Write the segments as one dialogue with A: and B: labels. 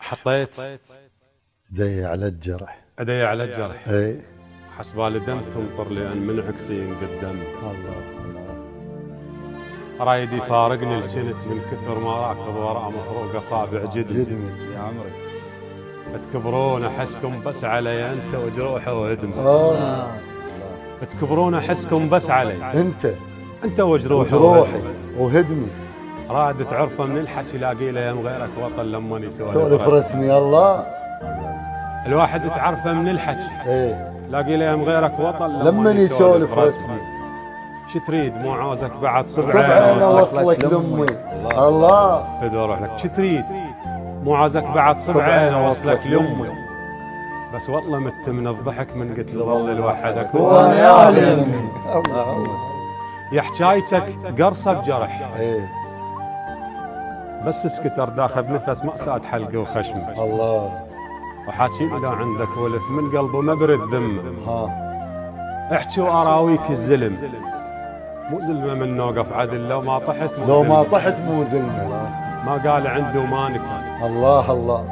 A: حطيت
B: دي على الجرح إيه.
A: ايدي على الجرح
B: اي
A: حسبال الدم تمطر لان منعكسي قدام
B: الله الله
A: رايدي فارقني الجنت من كثر ما راكض وراء مفروق اصابع جدي
B: جدمي
C: يا عمري
A: تكبرون احسكم بس علي انت وجروحه وهدمه
B: اه
A: تكبرون احسكم بس علي
B: انت
A: انت وجروحه
B: وجروحي
A: وهدمه
B: وهدمي
A: راد تعرفه من الحكي لاقي له يم غيرك وطن لما يسولف
B: سولف
A: رسم
B: رسمي الله
A: الواحد تعرفه من الحكي
B: اي
A: لاقي له يم غيرك وطن
B: لما يسولف رسمي
A: شو تريد مو عوزك بعد
B: صفعة انا
A: صبعه
B: وصلك لامي الله
A: بدي اروح لك شو تريد مو عازك بعد صبعه
B: صبعين
A: انا
B: اوصلك
A: وصلك لامي
B: لامي
A: بس والله مت من الضحك من قلت له ظل لوحدك
B: وانا يا علي امي الله الله
A: يا حكايتك قرصه بجرح
B: اي
A: بس اسكت ارداخ بنفس مأساة حلقه وخشمه
B: الله
A: وحاكي لا عندك ولف من قلبه ما برد ذمه
B: ها
A: احكي واراويك الزلم مو زلمه من نوقف عدل لو ما طحت مو
B: لو ما
A: زلمة.
B: طحت مو زلمه
A: ما قال عندي وما نكر
B: الله الله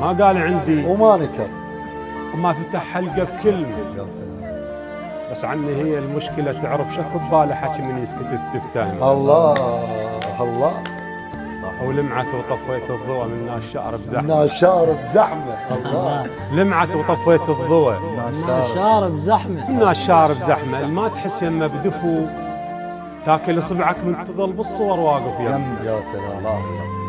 A: ما قال عندي
B: وما نكر
A: وما فتح حلقه بكلمه
B: يا سلام
A: بس عني هي المشكلة تعرف شكو بباله حكي من يسكت استفتاه
B: الله الله
A: ولمعت وطفيت الضوء من الشعر بزحمة
B: ناشار بزحمه الله
A: لمعت وطفيت الضوء
B: ناشار
D: شارب زحمة
A: من الشعر بزحمة ما تحس يما بدفو تاكل صبعك من تظل بالصور واقف يم
B: يا سلام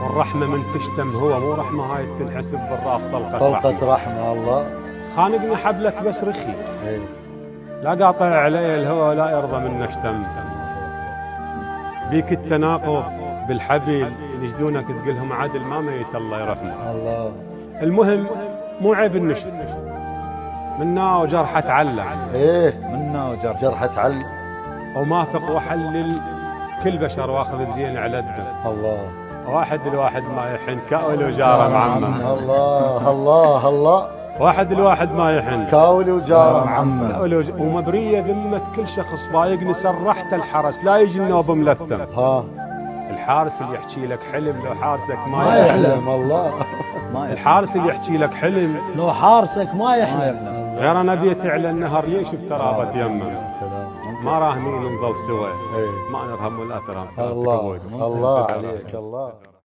A: الرحمة من تشتم هو مو رحمة هاي تنحسب بالراس طلقة
B: طلقة
A: رحمة
B: رحمة الله إيه.
A: خانقنا حبلك بس رخي
B: إي.
A: لا قاطع علي الهوى لا يرضى منك شتم بيك التناقض بالحبيب يجدونك تقلهم عدل ما ميت الله يرحمه
B: الله
A: المهم مو عيب النشط منا وجرحة تعلم
B: ايه
C: منا وجرح
B: جرحة علم
A: وماثق واحلل كل بشر واخذ زين على الدم
B: الله
A: واحد الواحد ما يحن كاول وجاره معمم
B: الله الله الله
A: واحد الواحد ما يحن
B: كاولي وجارة
C: عمه
A: كاول وج- ومبرية ذمة كل شخص بايقني سرحت الحرس لا يجي النوب ملثم
B: ها
A: الحارس اللي يحكي لك حلم لو حارسك ما
B: ما
A: يحلم
B: يحلم الله
C: ما يحلم
A: الحارس اللي يحكي لك حلم
D: لو حارسك ما
C: ما
D: يحلم
C: يحلم
A: غير انا بيتي على النهر يشوف ترابة يمه
B: يا سلام
A: ما راهنين نظل سوا
B: ايه
A: ما نرهم ولا ترى
B: الله الله عليك الله